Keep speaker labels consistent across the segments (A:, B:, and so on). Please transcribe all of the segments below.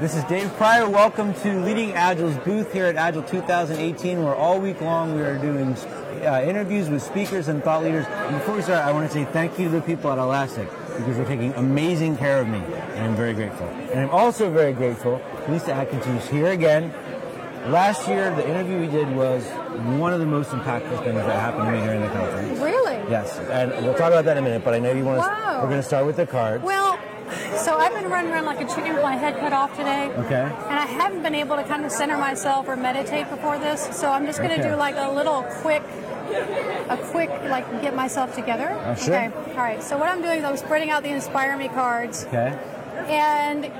A: This is Dave Pryor. Welcome to Leading Agile's booth here at Agile 2018, where all week long we are doing uh, interviews with speakers and thought leaders. And before we start, I want to say thank you to the people at Elastic because they're taking amazing care of me, and I'm very grateful. And I'm also very grateful to Lisa Atkins, who's here again. Last year, the interview we did was one of the most impactful things that happened to me during the conference.
B: Really?
A: Yes, and we'll talk about that in a minute, but I know you want to.
B: Wow.
A: We're going to start with the cards.
B: Well, so I've been running around like a chicken with my head cut off today.
A: Okay.
B: And I haven't been able to kind of center myself or meditate before this, so I'm just going to
A: Okay.
B: do like a little quick, a quick like get myself together.
A: Uh, sure.
B: Okay. All right. So what I'm doing is I'm spreading out the Inspire Me cards,
A: Okay.
B: and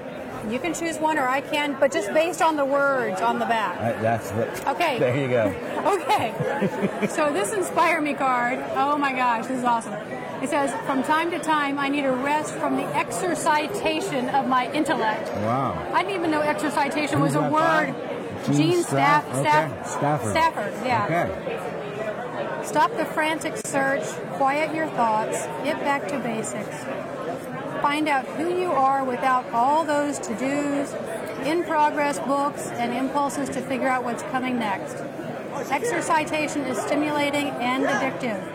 B: you can choose one or I can, but just based on the words on the back.
A: All right, that's the.
B: Okay.
A: There you go.
B: Okay. so this Inspire Me card, oh my gosh, this is awesome. It says, from time to time, I need a rest from the exercitation of my intellect.
A: Wow.
B: I didn't even know exercitation was
A: Who's
B: a
A: that
B: word.
A: by?
B: Gene, Staff,
A: Staff- okay,
B: Staff,
A: Stafford.
B: Stafford, yeah.
A: Okay.
B: Stop the frantic search, quiet your thoughts, get back to basics. Find out who you are without all those to dos, in progress books, and impulses to figure out what's coming next. Exercitation is stimulating and addictive.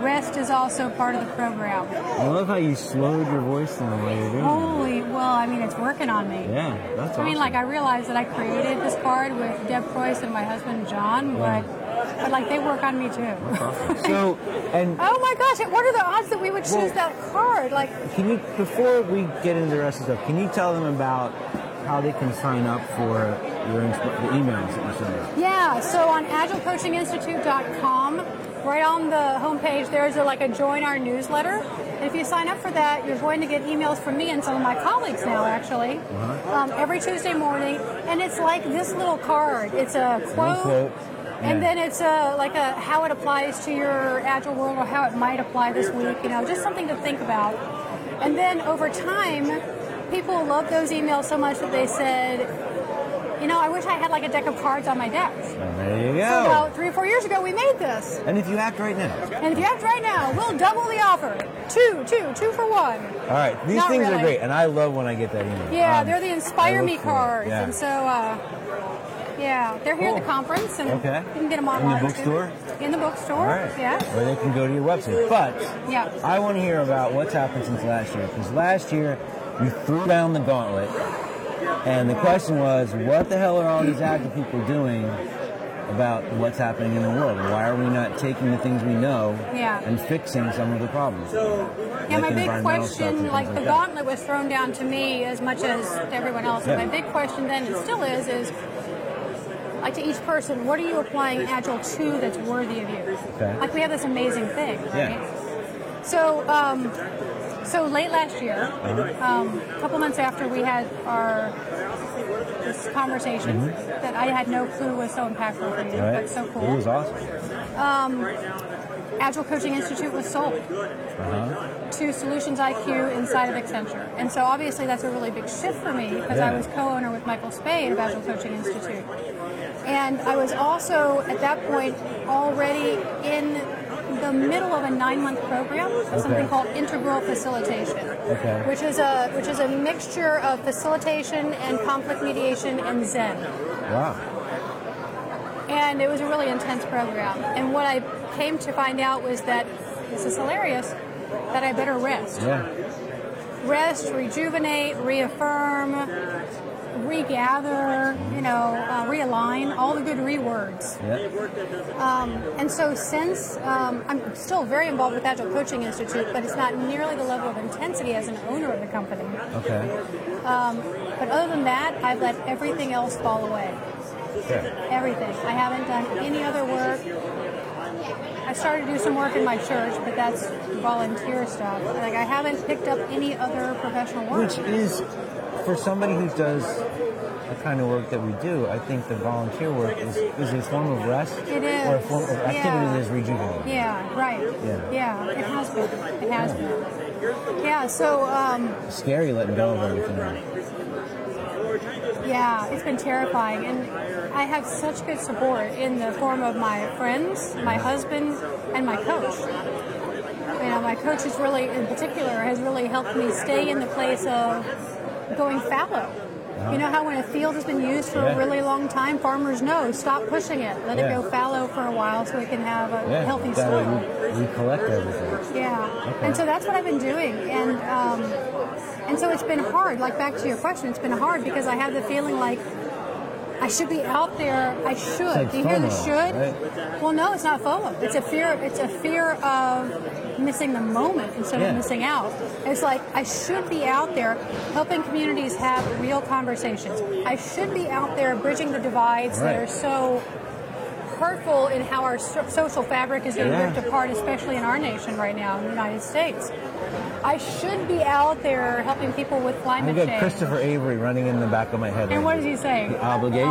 B: Rest is also part of the program.
A: I love how you slowed your voice down while you're doing
B: Holy, well, I mean, it's working on me.
A: it. Yeah, that's awesome.
B: Oh. I mean, like I realized that I created this card with Deb Preuss and my husband John,
A: Yeah.
B: but but like they work on me too.
A: so, and
B: Oh my gosh! What are the odds that we would choose
A: Well-
B: that card? Like,
A: can you, before we get into the rest of the stuff, can you tell them about how they can sign up for your insp- the emails that you send out?
B: yeah. So on agilecoachinginstitute.com, right on the homepage, there's a, like a join our newsletter. And if you sign up for that, you're going to get emails from me and some of my colleagues now, actually, um, every Tuesday morning. And it's like this little card. It's a quote.
A: quote.
B: And
A: Yeah.
B: then it's a, like a how it applies to your agile world or how it might apply this week, you know, just something to think about. And then over time, people loved those emails so much that they said, you know, I wish I had like a deck of cards on my desk.
A: Well, there you go.
B: So about three or four years ago, we made this.
A: and if you act right now.
B: And if you have it right now, we'll double the offer. Two, two, two for one.
A: All right, these
B: Not
A: things are
B: really.
A: great, and I love when I get that email.
B: Yeah,
A: Um,
B: they're the
A: I
B: Inspire
A: look
B: Me
A: for it.
B: cards.
A: Yeah.
B: And so, uh, yeah, they're here at the
A: Cool.
B: conference. and
A: Okay.
B: You can get them
A: In the
B: online. too.
A: bookstore?
B: In the bookstore,
A: All right.
B: yeah.
A: Or they can go to your website. But
B: Yeah.
A: I want to hear about what's happened since last year because last year you threw down the gauntlet, and the question was, what the hell are all these active people doing about what's happening in the world? Why are we not taking the things we know
B: Yeah.
A: and fixing some of the problems?
B: Yeah, my
A: Like
B: big
A: environmental stuff and
B: question,
A: things
B: like
A: like
B: the
A: that.
B: gauntlet was thrown down to me as much as to everyone else. And
A: Yeah.
B: my big question then, and still is, is like to each person, what are you applying Agile to that's worthy of you?
A: Okay.
B: Like we have this amazing thing,
A: Yeah.
B: right? So, um, so late last year,
A: Uh-huh.
B: um, a couple months after we had our this conversation that I had no clue was so impactful for you.
A: Mm-hmm. Right?
B: That's so cool.
A: It was awesome.
B: Agile Coaching Institute was sold
A: Uh-huh.
B: to Solutions IQ inside of Accenture. And so obviously that's a really big shift for me because
A: Yeah.
B: I was co-owner with Michael Spade of Agile Coaching Institute. And I was also at that point already in the middle of a nine-month program, something called integral facilitation,
A: Okay.
B: which is a which is a mixture of facilitation and conflict mediation and Zen
A: Wow.
B: and it was a really intense program. And what I came to find out was that this is hilarious that I better rest,
A: Yeah.
B: rest, rejuvenate, reaffirm, regather, you know, uh, realign, all the good rewords.
A: Yeah.
B: And so since um, I'm still very involved with Agile Coaching Institute, but it's not nearly the level of intensity as an owner of the company.
A: Okay.
B: But other than that, I've let everything else fall away.
A: Yeah.
B: everything. I haven't done any other work. I started to do some work in my church, but that's volunteer stuff. Like I haven't picked up any other professional work.
A: Which is, for somebody who does the kind of work that we do, I think the volunteer work is, is a form of rest
B: It
A: or a
B: is.
A: form of activity
B: Yeah.
A: that is rejuvenating.
B: Yeah, right.
A: Yeah.
B: it has been. It has been. Yeah, so um,
A: Scary letting go of everything.
B: yeah, it's been terrifying, and I have such good support in the form of my friends, my husband, and my coach. You know, my coach has really, in particular, has really helped me stay in the place of going fallow. You know how when a field has been used for
A: Yeah.
B: a really long time, farmers know stop pushing it, let
A: Yeah.
B: it go fallow for a while so we can have a
A: Yeah,
B: healthy
A: that
B: soil.
A: way we, we collect everything.
B: Yeah,
A: Okay.
B: and so that's what I've been doing, and um, and so it's been hard. Like back to your question, it's been hard because I have the feeling like I should be out there. I should.
A: like
B: Do you hear the
A: FOMO,
B: should?
A: right?
B: Well, no, it's not FOMO. It's a fear. It's a fear of missing the moment instead
A: Yeah.
B: of missing out. It's like I should be out there helping communities have real conversations. I should be out there bridging the divides that
A: Right.
B: are so hurtful in how our so- social fabric is being
A: Yeah.
B: ripped apart, especially in our nation right now, in the United States. I should be out there helping people with
A: I've
B: climate
A: got
B: change.
A: Christopher Avery running in the back of my head. right
B: and what does
A: now.
B: he say?
A: The obligation.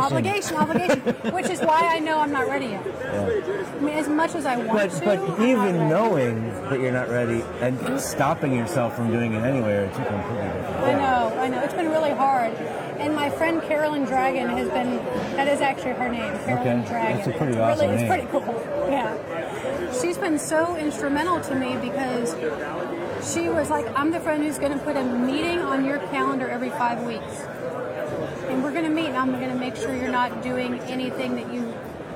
B: Obligation, obligation. which is why I know I'm not ready yet. I mean, as much as I want
A: But
B: to.
A: but
B: I'm not
A: even
B: ready.
A: knowing that you're not ready and stopping yourself from doing it anyway are two completely different
B: I
A: things.
B: know, I know. It's been really hard. And my friend Carolyn Dragon has been, that is actually her name, Carolyn
A: Okay.
B: Dragon.
A: That's a pretty
B: It's
A: awesome
B: really,
A: name.
B: It's pretty cool, yeah. She's been so instrumental to me because she was like, I'm the friend who's going to put a meeting on your calendar every five weeks. And we're going to meet, and I'm going to make sure you're not doing anything that you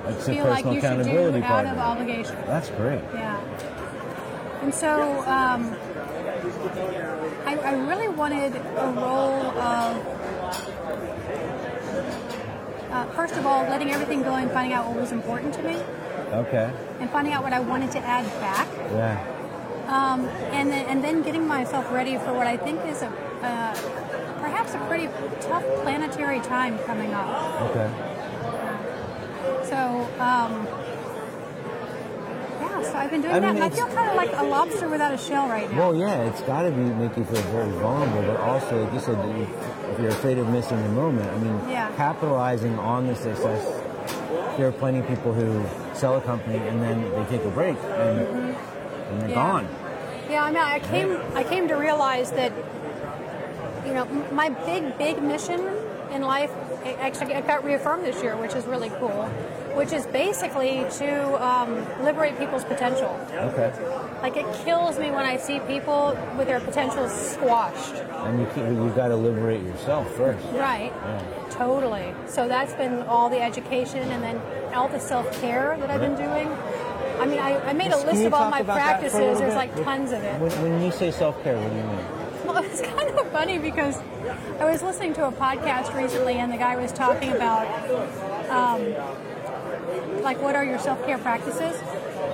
A: It's a
B: feel like
A: personal
B: you should
A: accountability
B: do out of
A: partner.
B: obligation.
A: That's great.
B: Yeah. And so um, I, I really wanted a role of, uh, first of all, letting everything go and finding out what was important to me
A: Okay.
B: and finding out what I wanted to add back.
A: Yeah.
B: Um, and, then, and then getting myself ready for what I think is a, uh, perhaps a pretty tough planetary time coming up.
A: Okay.
B: So, um, yeah, so I've been doing
A: I
B: that.
A: mean,
B: and I
A: it's-
B: feel kind of like a lobster without a shell right now.
A: Well, yeah, it's got to be make you feel very vulnerable, but also, like you said, that you- if you're afraid of missing the moment, I mean,
B: Yeah.
A: capitalizing on the success. There are plenty of people who sell a company and then they take a break and, and they're
B: Yeah.
A: gone.
B: Yeah, I mean, I came, I came to realize that, you know, m- my big, big mission in life I- actually it got reaffirmed this year, which is really cool, which is basically to um, liberate people's potential.
A: Okay.
B: Like, it kills me when I see people with their potential squashed.
A: And you keep, you've got to liberate yourself first.
B: Right.
A: Yeah.
B: Totally. So that's been all the education and then all the self care that I've been doing. I mean, I, I made a
A: Can
B: list
A: you
B: of all
A: talk
B: my
A: about that for a
B: practices.
A: little
B: There's
A: bit?
B: like tons of it.
A: When, when you say self care, what do you mean?
B: Well, it's kind of funny because I was listening to a podcast recently, and the guy was talking about, um, like, what are your self care practices?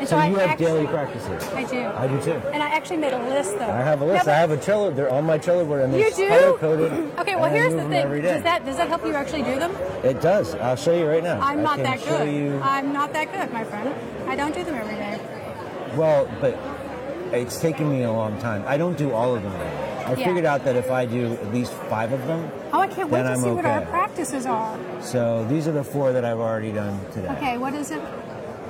B: And
A: So you
B: I
A: have
B: actually,
A: daily practices.
B: I do.
A: I do too.
B: and I actually made a list, though.
A: I have a
B: Yeah,
A: list.
B: but
A: I have a Trello. They're on my Trello board, and
B: You
A: they're
B: do?
A: color coded.
B: Okay. Well, here's the thing. Does that does that help you actually do them?
A: It does. I'll show you right now.
B: I'm
A: I
B: not
A: can
B: that
A: show
B: good.
A: you-
B: I'm not that good, my friend. I don't do them every day.
A: Well, but it's taken me a long time. I don't do all of them. I
B: Yeah.
A: figured out that if I do at least five of them,
B: Oh, I can't wait
A: Then
B: to
A: I'm
B: see what our
A: okay.
B: practices are.
A: so these are the four that I've already done today.
B: Okay, what is it?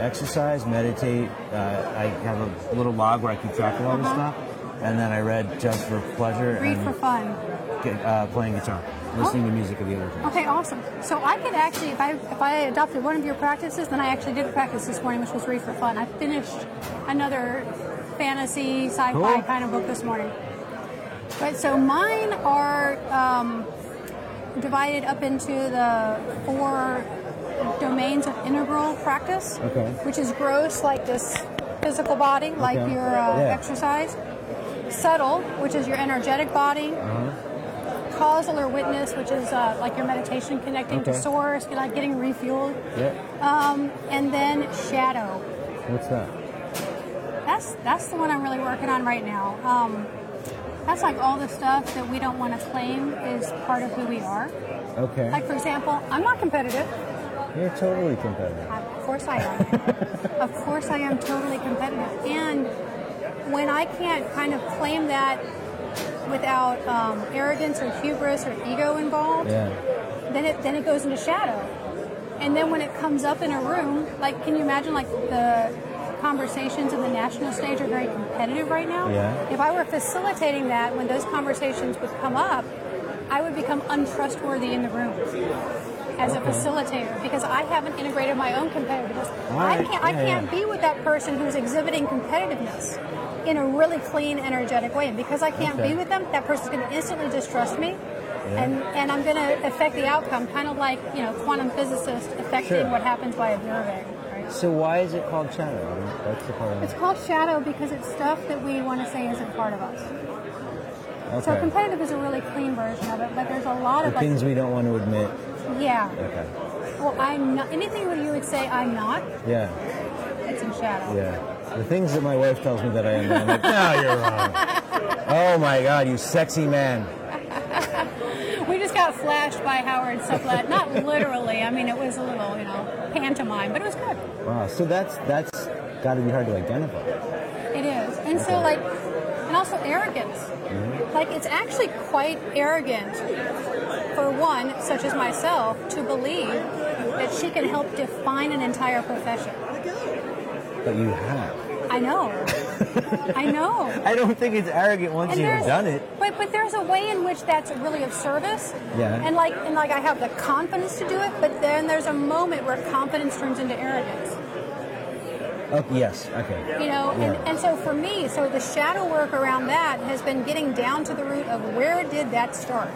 A: Exercise, meditate. Uh, I have a little log where I keep track of all this
B: Uh-huh.
A: stuff, and then I read just for pleasure
B: Read
A: and
B: for fun.
A: get- uh, playing guitar, listening to music of the other things.
B: Okay, awesome. So I could actually, if I if I adopted one of your practices, then I actually did a practice this morning, which was read for fun. I finished another fantasy sci-fi
A: Cool.
B: kind of book this morning. But so mine are um, divided up into the four domains of integral practice,
A: Okay.
B: which is gross, like this physical body, like
A: Okay.
B: your uh,
A: Yeah.
B: exercise. Subtle, which is your energetic body causal or witness, which is uh, like your meditation connecting to
A: Okay.
B: source, you know, like getting refueled,
A: Yeah.
B: um, and then shadow.
A: What's that?
B: That's that's the one I'm really working on right now. Um, that's like all the stuff that we don't want to claim is part of who we are.
A: Okay.
B: Like for example, I'm not competitive.
A: You're totally competitive.
B: Of course I am. of course I am totally competitive. And when I can't kind of claim that without um, arrogance or hubris or ego involved,
A: Yeah.
B: then it then it goes into shadow and then when it comes up in a room like can you imagine like the conversations in the national stage are very competitive right now
A: Yeah.
B: if i were facilitating that when those conversations would come up i would become untrustworthy in the room as a facilitator because i haven't integrated my own competitiveness i
A: Right,
B: can't i
A: yeah,
B: can't
A: yeah.
B: be with that person who's exhibiting competitiveness in a really clean energetic way and because i can't
A: Okay.
B: be with them that person's going to instantly distrust me and and I'm going to affect the outcome, kind of like you know quantum physicists affecting
A: Sure.
B: what happens by observing. Right?
A: So why is it called shadow? I mean, That's the part.
B: It's called shadow because it's stuff that we want to say isn't part of us. So
A: okay.
B: competitive is a really clean version of it, but there's a lot
A: The
B: of
A: things we don't want to admit.
B: like, yeah.
A: Okay.
B: Well, I'm not anything where you would say I'm not.
A: Yeah.
B: It's in shadow.
A: Yeah. The things that my wife tells me that I am. I'm like, no, you're wrong. Oh my God, you sexy man.
B: We just got flashed by Howard Sublet. Not literally. I mean, it was a little, you know, pantomime, but it was good.
A: Wow. So that's that's got to be hard to identify.
B: It is. And so, like, and also arrogance.
A: Mm-hmm.
B: Like, it's actually quite arrogant for one, such as myself, to believe that she can help define an entire profession.
A: But you have.
B: I know. I know.
A: I don't think it's arrogant once you've
B: there's-
A: done it.
B: But but there's a way in which that's really of service.
A: Yeah.
B: And like and like I have the confidence to do it, but then there's a moment where confidence turns into arrogance.
A: Oh, yes. Okay.
B: You know,
A: Yeah.
B: and, and so for me, so the shadow work around that has been getting down to the root of where did that start?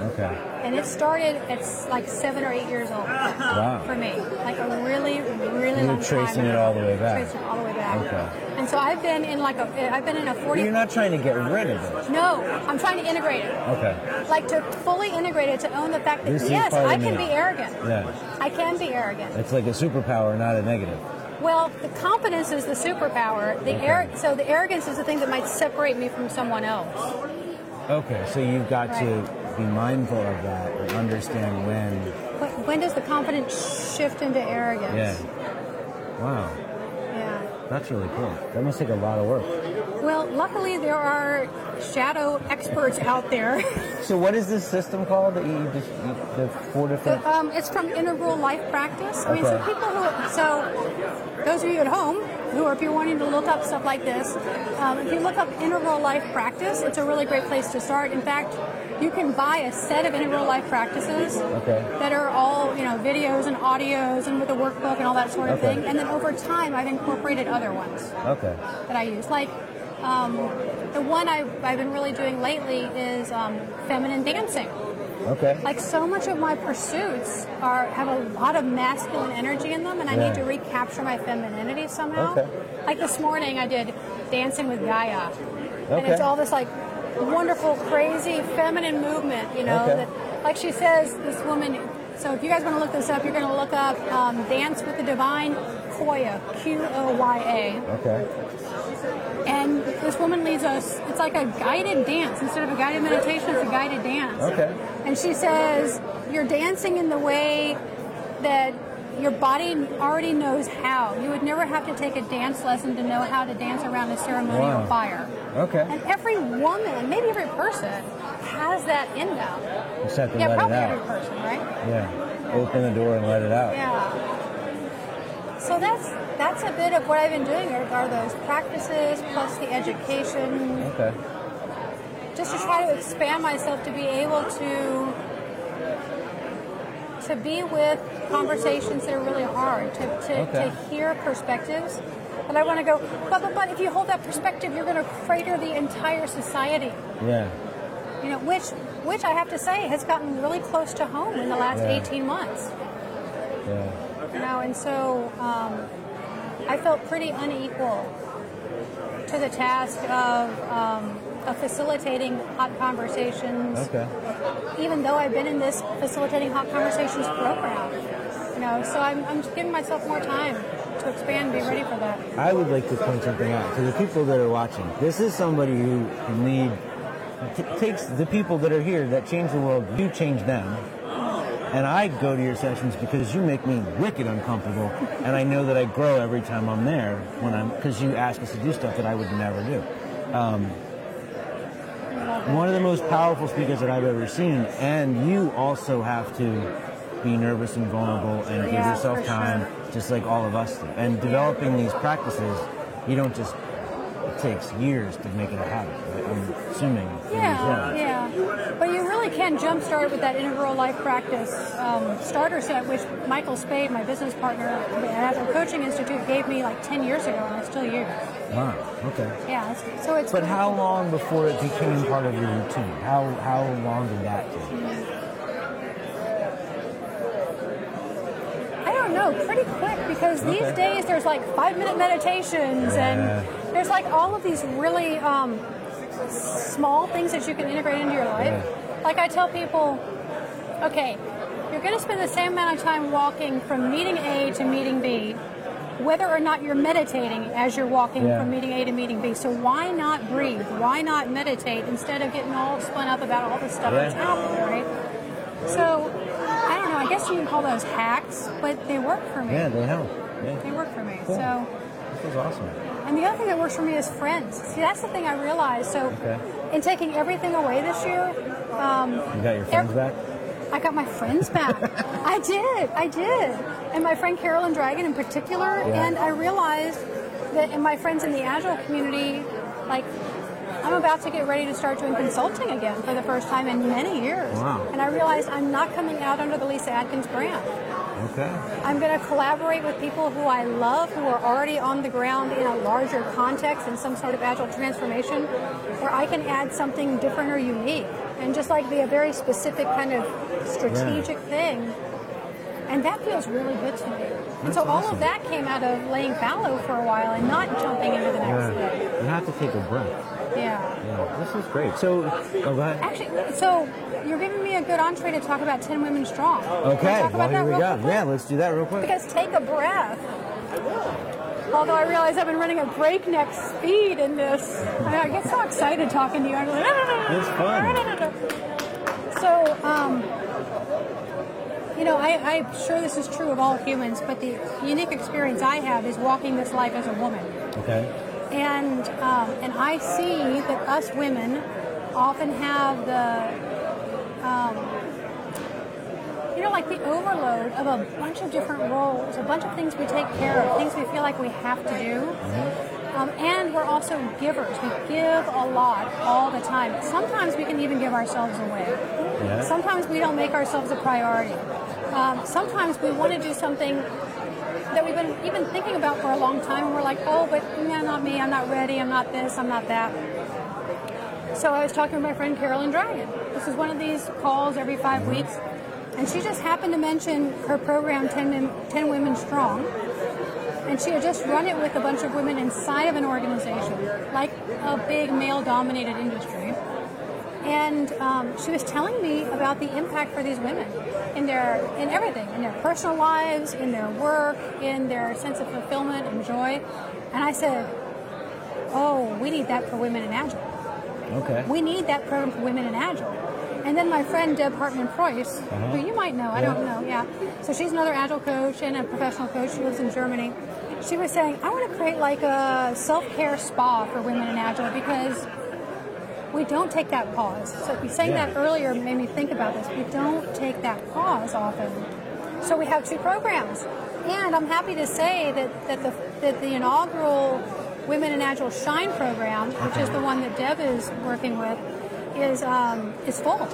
A: Okay.
B: And it started at s- like seven or eight years old
A: Wow.
B: for me. Like a really, really
A: You're
B: long
A: tracing
B: time.
A: it
B: ago.
A: all the way back.
B: Tracing it all the way back.
A: Okay.
B: And so I've been in like a, I've been in a 40.
A: You're not trying to get rid of it.
B: no, I'm trying to integrate it.
A: Okay.
B: like to fully integrate it to own the fact that
A: This is
B: yes
A: part of
B: i can
A: me.
B: be arrogant
A: Yeah.
B: i can be arrogant
A: It's like a superpower, not a negative.
B: well the confidence is the superpower the ar- so the arrogance is the thing that might separate me from someone else
A: Okay. So you've got to
B: Right.
A: be mindful of that and understand when.
B: but when does the confidence shift into
A: Yeah.
B: arrogance
A: Wow.
B: yeah.
A: That's really cool. That must take a lot of work.
B: well luckily there are shadow experts out there
A: So what is this system called that you just you, the four different?
B: um, it's from integral life practice i mean so
A: Okay.
B: people who so those of you at home who are if you're wanting to look up stuff like this um, if you look up integral life practice it's a really great place to start in fact you can buy a set of integral life practices
A: Okay.
B: that are all you know videos and audios and with a workbook and all that sort of
A: Okay.
B: thing and then over time i've incorporated other ones
A: Okay.
B: that I use. Like um, the one I, I've been really doing lately is um, feminine dancing.
A: Okay.
B: Like so much of my pursuits are have a lot of masculine energy in them, and I
A: Yeah.
B: need to recapture my femininity somehow.
A: Okay.
B: Like this morning, I did dancing with Gaia, and
A: Okay.
B: it's all this like wonderful, crazy feminine movement. You know,
A: Okay.
B: that, like she says, this woman. So if you guys want to look this up, you're going to look up um, "Dance with the Divine," Koya, Q O Y A.
A: Okay.
B: And this woman leads us, it's like a guided dance. Instead of a guided meditation, it's a guided dance.
A: Okay.
B: And she says, You're dancing in the way that your body already knows how. You would never have to take a dance lesson to know how to dance around a ceremonial
A: Wow.
B: fire.
A: Okay.
B: And every woman, maybe every person, has that in them.
A: Just have to
B: Yeah,
A: let it
B: probably every
A: out.
B: person, right?
A: Yeah. Open the door and let it out.
B: Yeah. So that's that's a bit of what I've been doing are, are those practices plus the education
A: Okay.
B: just to try to expand myself to be able to to be with conversations that are really hard to, to,
A: Okay.
B: to hear perspectives and i want to go but, but but if you hold that perspective you're going to crater the entire society
A: Yeah.
B: you know which which i have to say has gotten really close to home in the last
A: Yeah.
B: 18 months
A: Yeah.
B: you know and so um, i felt pretty unequal to the task of um, of facilitating hot conversations
A: Okay.
B: even though I've been in this facilitating hot conversations program. You know, so I'm, I'm just giving myself more time to expand, and be ready for that.
A: I would like to point something out to the people that are watching. This is somebody who can lead, t- takes the people that are here that change the world, you change them. And I go to your sessions because you make me wicked uncomfortable, and I know that I grow every time I'm there when I'm because you ask us to do stuff that I would never do. Um, one of the most powerful speakers that I've ever seen, and you also have to be nervous and vulnerable and give
B: Yeah,
A: yourself
B: for
A: time
B: sure.
A: just like all of us do. And developing these practices, you don't just it takes years to make it a habit. Right? I'm assuming. for
B: Yeah,
A: yourself.
B: yeah. But you really can jumpstart with that integral life practice um, starter set, which Michael Spade, my business partner at Agile Coaching Institute, gave me like 10 years ago, and I still use.
A: Wow. Okay.
B: Yeah, it's- so it's.
A: But how long before it became part of your routine? How how long did that take?
B: I don't know, pretty quick because these
A: Okay.
B: days there's like five minute meditations
A: Yeah.
B: and there's like all of these really um, small things that you can integrate into your life. Like I tell people, okay, you're going to spend the same amount of time walking from meeting A to meeting B, whether or not you're meditating as you're walking
A: Yeah.
B: from meeting A to meeting B. So why not breathe? Why not meditate instead of getting all spun up about all the stuff that's
A: Yeah.
B: happening, right? So I don't know. I guess you can call those hacks, but they work for me.
A: Yeah, they help. Yeah.
B: They work for me.
A: Cool.
B: So.
A: This is awesome.
B: And the other thing that works for me is friends. See, that's the thing I realized. So,
A: Okay.
B: in taking everything away this year, um,
A: You got your friends
B: ev-
A: back?
B: I got my friends back. I did. I did. And my friend Carolyn Dragon in particular.
A: Yeah.
B: And I realized that and my friends in the Agile community, like, I'm about to get ready to start doing consulting again for the first time in many years.
A: Wow.
B: And I realized I'm not coming out under the Lisa Atkins brand.
A: Okay.
B: I'm going to collaborate with people who I love, who are already on the ground in a larger context in some sort of agile transformation, where I can add something different or unique and just like be a very specific kind of strategic thing. And that feels really good to me. and
A: That's
B: so all
A: awesome.
B: of that came out of laying fallow for a while and not jumping into the next thing.
A: You have to take a breath.
B: Yeah.
A: Yeah. This is great. So, oh, go ahead.
B: Actually, so you're giving me a good entree to talk about 10 Women Strong. Can I
A: Okay.
B: Talk about
A: Well,
B: that
A: here we
B: real
A: go.
B: quickly?
A: Yeah, let's do that real quick.
B: Because take a breath. Although I realize I've been running at breakneck speed in this. I I get so excited talking to you. I'm like, "Ah, "No, no, no, no,
A: It's
B: no,
A: fun.
B: no, no, no, no." ah, So, um, you know, I, I'm sure this is true of all humans, but the unique experience I have is walking this life as a woman.
A: Okay.
B: And um, and I see that us women often have the um, you know like the overload of a bunch of different roles, a bunch of things we take care of, things we feel like we have to do. Um, and we're also givers. We give a lot all the time. Sometimes we can even give ourselves away.
A: Yeah.
B: Sometimes we don't make ourselves a priority. Um, sometimes we want to do something that we've been even thinking about for a long time, and we're like, oh, but nah, not me. I'm not ready. I'm not this. I'm not that. So I was talking with my friend Carolyn Dragon. This is one of these calls every 5 weeks, and she just happened to mention her program, 10, Mem- 10 Women Strong. And she had just run it with a bunch of women inside of an organization, like a big male dominated industry. And um, she was telling me about the impact for these women in their in everything, in their personal lives, in their work, in their sense of fulfillment and joy. And I said, "Oh, we need that for women in agile."
A: Okay.
B: We need that program for women in Agile. And then my friend Deb Hartman Preuss, who you might know, I don't know, yeah. So she's another Agile coach and a professional coach. She lives in Germany. She was saying, I want to create like a self care spa for women in Agile because we don't take that pause. So you saying
A: Yeah.
B: that earlier made me think about this. We don't take that pause often. So we have two programs. And I'm happy to say that, that, the, that the inaugural Women in Agile Shine program, which is the one that Deb is working with, is, um, is full.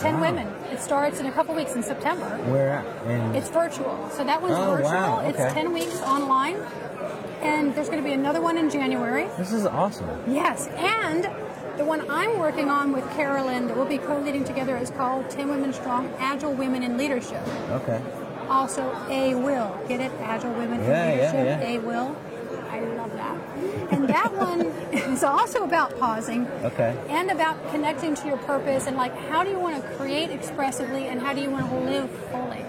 B: 10
A: Wow.
B: women. It starts in a couple weeks in September.
A: Where at? And
B: It's virtual. So that one's
A: Oh,
B: virtual.
A: wow. Okay.
B: It's 10 weeks online. And there's going to be another one in January.
A: this is awesome.
B: Yes, and the one I'm working on with Carolyn that we'll be co-leading together is called 10 Women Strong, Agile Women in Leadership.
A: Okay.
B: Also, A Will. Get it? Agile Women
A: Yeah, yeah,
B: in Leadership,
A: yeah.
B: A Will. I love that. And that one is also about pausing
A: Okay.
B: and about connecting to your purpose and like how do you want to create expressively and how do you want to live fully.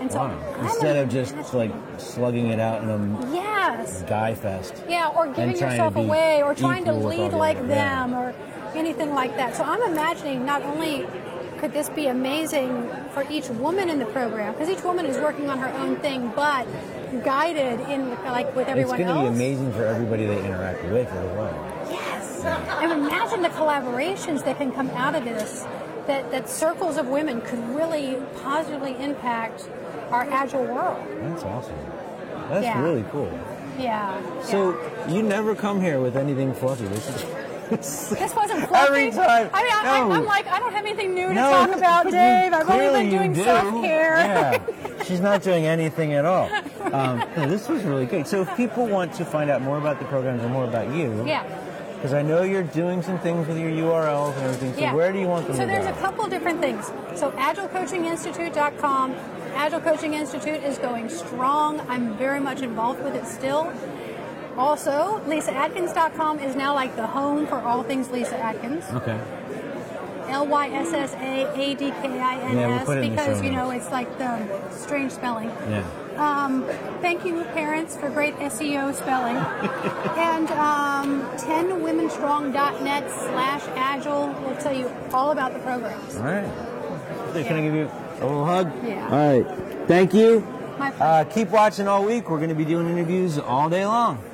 B: And so
A: Wow.
B: I'm
A: Instead
B: a-
A: of just like slugging it out in a
B: yes,
A: guy fest.
B: Yeah, or giving
A: And trying to
B: yourself
A: be
B: away, or trying to
A: equal with all
B: lead
A: the
B: like
A: other- yeah.
B: them, or anything like that. So I'm imagining not only could this be amazing for each woman in the program, because each woman is working on her own thing, but guided in like with
A: It's
B: everyone
A: going to
B: else.
A: be amazing for everybody they interact with as well.
B: Yes. And imagine the collaborations that can come out of this, that, that circles of women could really positively impact our agile world.
A: That's awesome. That's
B: Yeah.
A: really cool.
B: Yeah.
A: So you never come here with anything fluffy. This is
B: yeah. this wasn't fluffy.
A: every time.
B: I mean, I,
A: No.
B: I, am like, I don't have anything new to
A: No,
B: talk about,
A: you-
B: Dave. I've only
A: clearly
B: been
A: you
B: doing
A: do.
B: self care.
A: Yeah. She's not doing anything at all. Um, no, this was really good. So if people want to find out more about the programs and more about you,
B: yeah.
A: because I know you're doing some things with your URLs and everything. So
B: Yeah.
A: where do you want them
B: So
A: to
B: there's
A: go?
B: a couple different things. So agilecoachinginstitute.com. Agile Coaching Institute is going strong. I'm very much involved with it still. Also, lisaatkins.com is now like the home for all things Lisa Atkins.
A: okay.
B: L Y S S A A D K I N
A: Yeah, we'll
B: S
A: put it in the
B: because
A: show
B: you know
A: notes.
B: it's like the strange spelling.
A: Yeah.
B: Um, thank you, parents, for great SEO spelling. and um, 10womenstrong.net slash agile will tell you all about the programs.
A: All right. So Can I give you a little hug?
B: Yeah.
A: All right. Thank you.
B: My pleasure.
A: Uh, keep watching all week. We're going to be doing interviews all day long.